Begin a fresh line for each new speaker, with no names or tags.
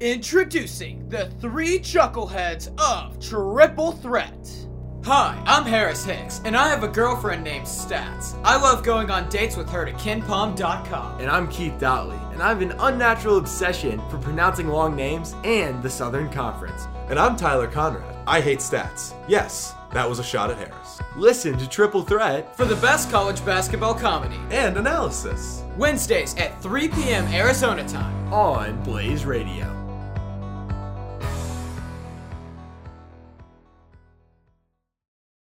Introducing the three chuckleheads of Triple Threat. Hi, I'm Harris Hicks, and I have a girlfriend named Stats. I love going on dates with her to kinpom.com.
And I'm Keith Dotley, and I have an unnatural obsession for pronouncing long names and the Southern Conference.
And I'm Tyler Conrad. I hate stats. Yes, that was a shot at Harris.
Listen to Triple Threat
For the best college basketball comedy,
And analysis.
Wednesdays at 3 p.m. Arizona time.
on Blaze Radio.